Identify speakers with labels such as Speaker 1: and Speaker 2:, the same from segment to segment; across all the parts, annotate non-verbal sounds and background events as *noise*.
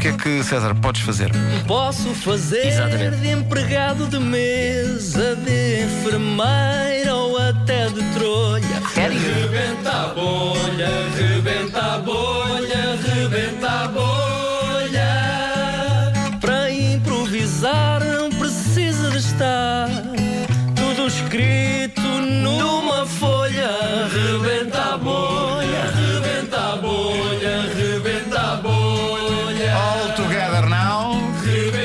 Speaker 1: que é que, César, podes fazer?
Speaker 2: Posso fazer
Speaker 3: Exatamente.
Speaker 2: de empregado de mesa, de enfermeira ou até de trolha.
Speaker 3: Sério?
Speaker 2: Rebenta a bolha, rebenta a bolha, rebenta a bolha. Para improvisar não precisa de estar tudo escrito numa folha. Rebenta a bolha, rebenta a bolha, rebenta a bolha.
Speaker 1: All together now.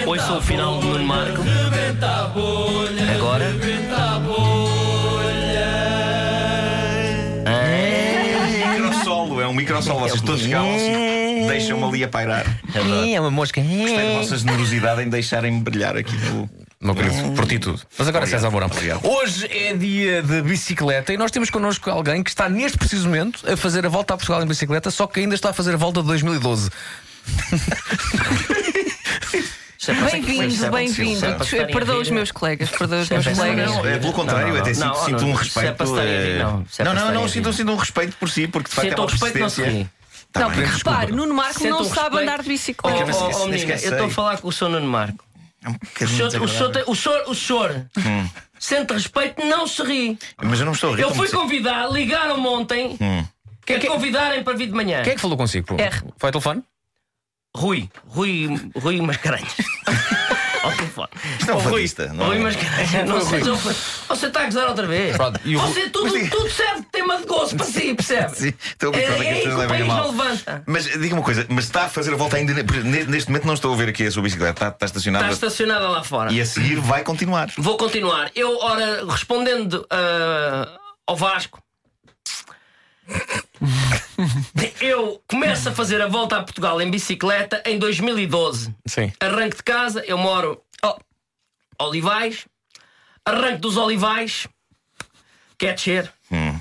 Speaker 3: Hoje sou o final do Nuno Marco.
Speaker 2: Rebenta a bolha,
Speaker 3: Agora.
Speaker 2: rebenta a bolha.
Speaker 4: É um microsolo, é um microsolo. Vocês todos chegavam assim, deixam-me ali a pairar.
Speaker 3: É uma mosca.
Speaker 4: Gostei da vossa generosidade em deixarem-me brilhar aqui pelo.
Speaker 1: Meu querido,
Speaker 3: É.
Speaker 1: por ti tudo. Mas agora, César Mourão. Hoje é dia de bicicleta e nós temos connosco alguém que está neste preciso momento a fazer a volta a Portugal em bicicleta, só que ainda está a fazer a volta de 2012.
Speaker 3: é
Speaker 5: Bem-vindos, bem-vindos.
Speaker 3: Sim, sim.
Speaker 5: Perdoa os meus colegas, perdoa os
Speaker 3: Sim,
Speaker 5: meus
Speaker 3: sim.
Speaker 5: colegas.
Speaker 4: Não, é pelo contrário,
Speaker 3: Não, não,
Speaker 4: até
Speaker 3: não.
Speaker 4: sinto,
Speaker 3: Não,
Speaker 4: sinto
Speaker 3: não,
Speaker 4: um
Speaker 3: não. Se é
Speaker 4: respeito.
Speaker 3: para estarem a rir, não. Se é
Speaker 4: eh, não,
Speaker 3: para
Speaker 4: não,
Speaker 3: estarem
Speaker 4: não,
Speaker 3: a
Speaker 4: sinto,
Speaker 3: rir.
Speaker 4: sinto um respeito por si, porque de facto
Speaker 3: Senta
Speaker 4: é
Speaker 3: o
Speaker 4: uma
Speaker 3: respeito, não se
Speaker 4: persistência. Tá
Speaker 3: ri.
Speaker 5: Não,
Speaker 4: bem,
Speaker 5: porque repare, Nuno Marco
Speaker 3: Senta
Speaker 5: não
Speaker 3: o
Speaker 5: sabe
Speaker 3: respeito.
Speaker 5: andar de
Speaker 3: Oh,
Speaker 5: bicicleta.
Speaker 3: oh, oh,
Speaker 4: Esquece-
Speaker 3: menina,
Speaker 4: esquece
Speaker 3: eu estou a
Speaker 4: aí.
Speaker 3: falar com o senhor Nuno Marco.
Speaker 4: É um
Speaker 3: O
Speaker 4: bocadinho
Speaker 3: senhor, o senhor,
Speaker 4: desagradável.
Speaker 3: tem- o senhor, o senhor sente respeito, não se ri.
Speaker 4: Mas eu não estou a rir.
Speaker 3: Hum. Eu
Speaker 4: como
Speaker 3: fui
Speaker 4: se-
Speaker 3: convidar, ligaram-me ontem. Que,
Speaker 1: Que-
Speaker 3: convidarem para vir de manhã.
Speaker 1: Quem é que falou consigo? Pô?
Speaker 3: R.
Speaker 1: Foi ao telefone?
Speaker 3: Rui, Rui, Rui *laughs* Mascarenhas. Ao telefone.
Speaker 4: Isto é um
Speaker 3: Ô, Rui,
Speaker 4: fadista, não é?
Speaker 3: Rui Mascarenhas, não sei, não foi- Você está a gozar outra vez.
Speaker 1: Pronto, e o Rui-
Speaker 3: Você tudo, tudo serve de tema de gozo para
Speaker 4: *laughs*
Speaker 3: si, percebe?
Speaker 4: Sim, estou
Speaker 3: É-
Speaker 4: habituado a
Speaker 3: é
Speaker 4: que
Speaker 3: aí
Speaker 4: as
Speaker 3: que
Speaker 4: pessoas
Speaker 3: o
Speaker 4: levem a
Speaker 3: país
Speaker 4: mal.
Speaker 3: não levanta.
Speaker 4: Mas diga uma coisa, mas está a fazer a volta ainda. ne- Neste momento não estou a ver aqui a sua bicicleta, está, está estacionada
Speaker 3: Está estacionada lá fora.
Speaker 4: e a seguir vai continuar.
Speaker 3: Vou continuar. Eu, ora, respondendo ah, ao Vasco, eu começo a fazer a volta a Portugal em bicicleta em 2012.
Speaker 1: Sim.
Speaker 3: Arranco de casa, eu moro oh, Olivais, arranco dos Olivais, quer descer.
Speaker 1: Hum.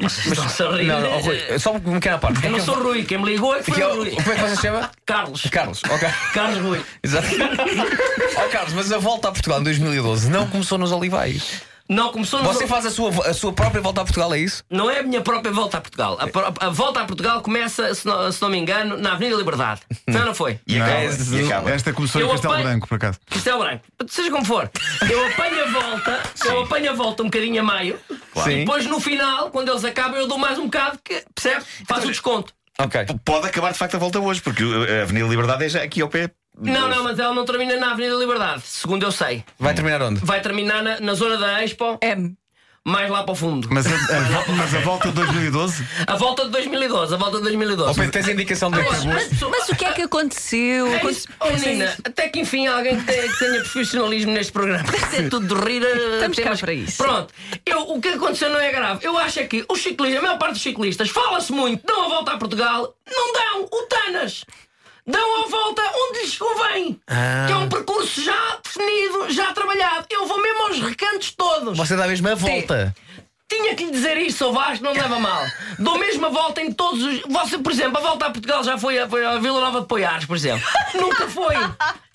Speaker 3: Mas,
Speaker 1: Não, não, oh, Rui, só um pequeno à parte.
Speaker 3: Eu não sou Rui, quem me ligou é que
Speaker 1: Que
Speaker 3: foi
Speaker 1: é
Speaker 3: o
Speaker 1: o-
Speaker 3: Rui.
Speaker 1: Como é que você se chama?
Speaker 3: Carlos.
Speaker 1: Carlos, *laughs* ok.
Speaker 3: Carlos Rui.
Speaker 1: Exato. Ó Carlos, mas a volta a Portugal em 2012 não começou nos Olivais.
Speaker 3: Não começou no
Speaker 1: Você faz a sua, a sua própria volta a Portugal, é isso?
Speaker 3: Não é a minha própria volta a Portugal. A, pró- a volta a Portugal começa, se não, se não me engano, na Avenida Liberdade. Foi ou não é foi?
Speaker 4: E acaba. e acaba.
Speaker 6: Esta começou
Speaker 3: Eu
Speaker 6: em Castelo
Speaker 3: apanho-
Speaker 6: Branco, por acaso.
Speaker 3: Castelo Branco. Seja como for. Eu apanho a volta, eu apanho a volta um bocadinho a meio. E
Speaker 1: Sim.
Speaker 3: depois no final, quando eles acabam, eu dou mais um bocado, que, percebe? Faz o desconto.
Speaker 1: Ok.
Speaker 4: Pode acabar de facto a volta hoje, porque a Avenida Liberdade é já aqui ao pé.
Speaker 3: Não, não, mas ela não termina na Avenida Liberdade, segundo eu sei.
Speaker 1: Vai terminar onde?
Speaker 3: Vai terminar na, na zona da Expo,
Speaker 5: M.
Speaker 3: mais lá para o fundo.
Speaker 6: Mas a, a vo- mas a volta de 2012
Speaker 3: A volta de 2012, a volta de
Speaker 1: Ó
Speaker 3: 2012.
Speaker 1: Pedro, tens a indicação de
Speaker 3: Agora, as pessoas-
Speaker 5: Mas o que é que aconteceu? assim,
Speaker 3: É isso. Oh, menina, até que enfim alguém que tenha, que tenha profissionalismo neste programa. *laughs* Isto é tudo de rir. eh,
Speaker 5: Estamos cá
Speaker 3: temas-
Speaker 5: para isso.
Speaker 3: Pronto, eu, o que aconteceu não é grave. Eu acho é que os ciclistas, a maior parte dos ciclistas, fala-se muito, dão a volta a Portugal, não dão o Tanas. Dão a volta onde lhes convém.
Speaker 4: Ah.
Speaker 3: Que é um percurso já definido, já trabalhado. Eu vou mesmo aos recantos todos.
Speaker 1: Você dá a mesma volta.
Speaker 3: Tinha que lhe dizer isto, sou Vasco, não me leva a mal. Dou mesmo a volta em todos os. Você, por exemplo, a volta a Portugal já foi a, foi a Vila Nova de Poiares, por
Speaker 4: *laughs*
Speaker 3: exemplo. Nunca foi.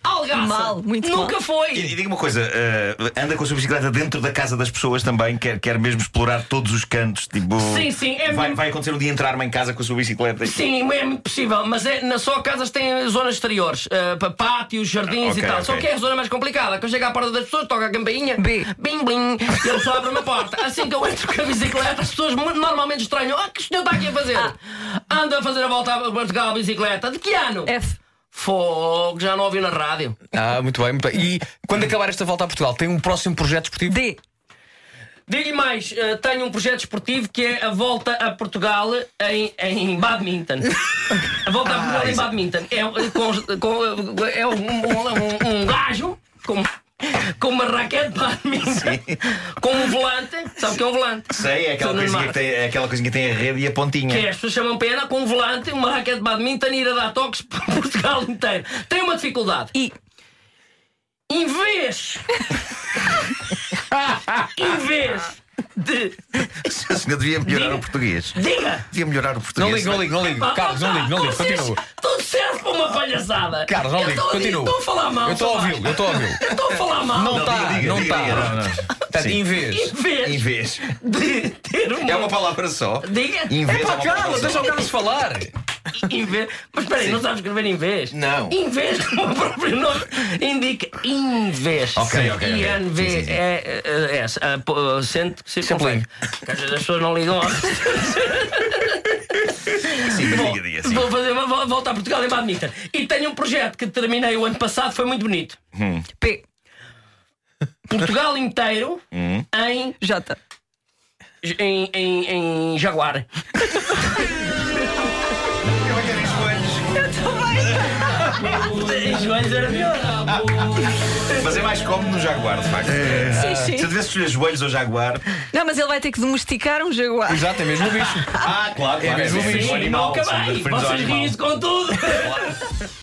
Speaker 3: Algarve.
Speaker 5: Mal, muito
Speaker 3: Nunca
Speaker 5: mal.
Speaker 3: foi.
Speaker 4: E, e diga uma coisa, eh, anda com a sua bicicleta dentro da casa das pessoas também, quer, quer mesmo explorar todos os cantos, tipo.
Speaker 3: Sim, sim, é
Speaker 4: vai,
Speaker 3: mesmo-
Speaker 4: vai acontecer um dia entrar-me em casa com a sua bicicleta.
Speaker 3: Sim, é muito possível, mas é, na, só casas têm zonas exteriores, eh, pa- pátios, jardins
Speaker 4: Ah, ok,
Speaker 3: e tal. Só
Speaker 4: ok.
Speaker 3: que é a zona mais complicada. Que eu chego à porta das pessoas, toco a campainha,
Speaker 5: Bi.
Speaker 3: bim, bim, e eu só abro uma porta. Assim que eu entro com a bicicleta, as pessoas mu- normalmente estranham: ah, que o senhor está aqui a fazer? Anda a fazer a volta a Portugal a bicicleta. De que ano?
Speaker 5: F.
Speaker 3: Fogo, já não ouvi na rádio.
Speaker 1: Ah, muito bem, muito bem. E quando acabar esta volta a Portugal, tem um próximo projeto esportivo?
Speaker 5: D.
Speaker 3: Digo-lhe mais, eh, tenho um projeto esportivo que é a volta a Portugal em, em badminton. A
Speaker 4: Ah,
Speaker 3: volta a Portugal em badminton. É, eh, com- com- é um, um- um- um gajo com, com uma raquete de badminton, com um volante, sabe o que é um volante?
Speaker 4: Sei, é aquela,
Speaker 3: Sou Nuno
Speaker 4: coisinha que
Speaker 3: Marco.
Speaker 4: tem, é aquela coisinha que tem a rede e a pontinha.
Speaker 3: Que é, as pessoas chamam pena com um volante, uma raquete de badminton e ir a dar toques para *laughs* Portugal inteiro. Tem uma dificuldade.
Speaker 5: I.
Speaker 3: Em vez. *laughs* em vez de.
Speaker 4: *laughs* A senhora devia melhorar
Speaker 3: é Diga.
Speaker 4: o português.
Speaker 3: Diga!
Speaker 4: Devia melhorar o português.
Speaker 1: Não ligo, não ligo, não ligo.
Speaker 3: Pá,
Speaker 1: Carlos, não
Speaker 3: pá,
Speaker 1: ligo, não ligo.
Speaker 3: vocês-
Speaker 1: Continua.
Speaker 3: Tudo serve para uma palhaçada.
Speaker 1: Carlos, não
Speaker 3: Eu
Speaker 1: ligo.
Speaker 3: estou a-
Speaker 1: Continua.
Speaker 3: Estou a falar mal.
Speaker 1: Eu estou a
Speaker 3: Vasco.
Speaker 1: ouvi-lo, eu estou a ouvi-lo.
Speaker 3: Eu estou a falar mal.
Speaker 1: Não
Speaker 4: diga,
Speaker 1: está,
Speaker 4: diga,
Speaker 1: Ah, não
Speaker 4: diga, diga, não,
Speaker 1: está.
Speaker 4: não.
Speaker 1: Portanto,
Speaker 4: Sim.
Speaker 1: em vez.
Speaker 3: Em vez
Speaker 4: Em vez.
Speaker 3: de ter uma.
Speaker 4: É uma palavra só.
Speaker 3: Diga.
Speaker 4: Em vez é uma
Speaker 1: Pá,
Speaker 4: palavra
Speaker 1: Carlos,
Speaker 4: só.
Speaker 1: deixa o Carlos falar.
Speaker 3: Inves. Mas espera aí, não sabes escrever Inves?
Speaker 4: Não.
Speaker 3: Inves, como o próprio nome indica, Inves.
Speaker 4: Ok, ok, ok. Sim, sim, sim.
Speaker 3: eh, I-N-V-E-S. eh, Sente que se
Speaker 1: Sempre
Speaker 3: confunde. Que às vezes as pessoas não ligam.
Speaker 4: Sim, diga,
Speaker 3: Bom,
Speaker 4: *laughs* diga, diga, sim.
Speaker 3: Vou fazer uma vo- volta a Portugal em badminton. E tenho um projeto que terminei o ano passado, foi muito bonito.
Speaker 5: P.
Speaker 3: Portugal inteiro
Speaker 4: Hum.
Speaker 3: em,
Speaker 5: J.
Speaker 3: em, em, em Jaguar.
Speaker 4: é
Speaker 3: Em joelhos era melhor.
Speaker 4: Mas é mais cómodo no Jaguar, de facto.
Speaker 1: É.
Speaker 5: Sim,
Speaker 4: Se eu
Speaker 5: sim.
Speaker 4: tivesse escolher joelhos ou Jaguar.
Speaker 5: Não, mas ele vai ter que domesticar um jaguar.
Speaker 1: Exato, é mesmo o bicho.
Speaker 4: Ah, claro, claro.
Speaker 1: É mesmo
Speaker 4: sim,
Speaker 1: isso.
Speaker 4: sim, um
Speaker 3: Não
Speaker 4: animal,
Speaker 3: acabei.
Speaker 4: somos referentes ao
Speaker 3: Vocês
Speaker 4: animal.
Speaker 3: riem-se com tudo.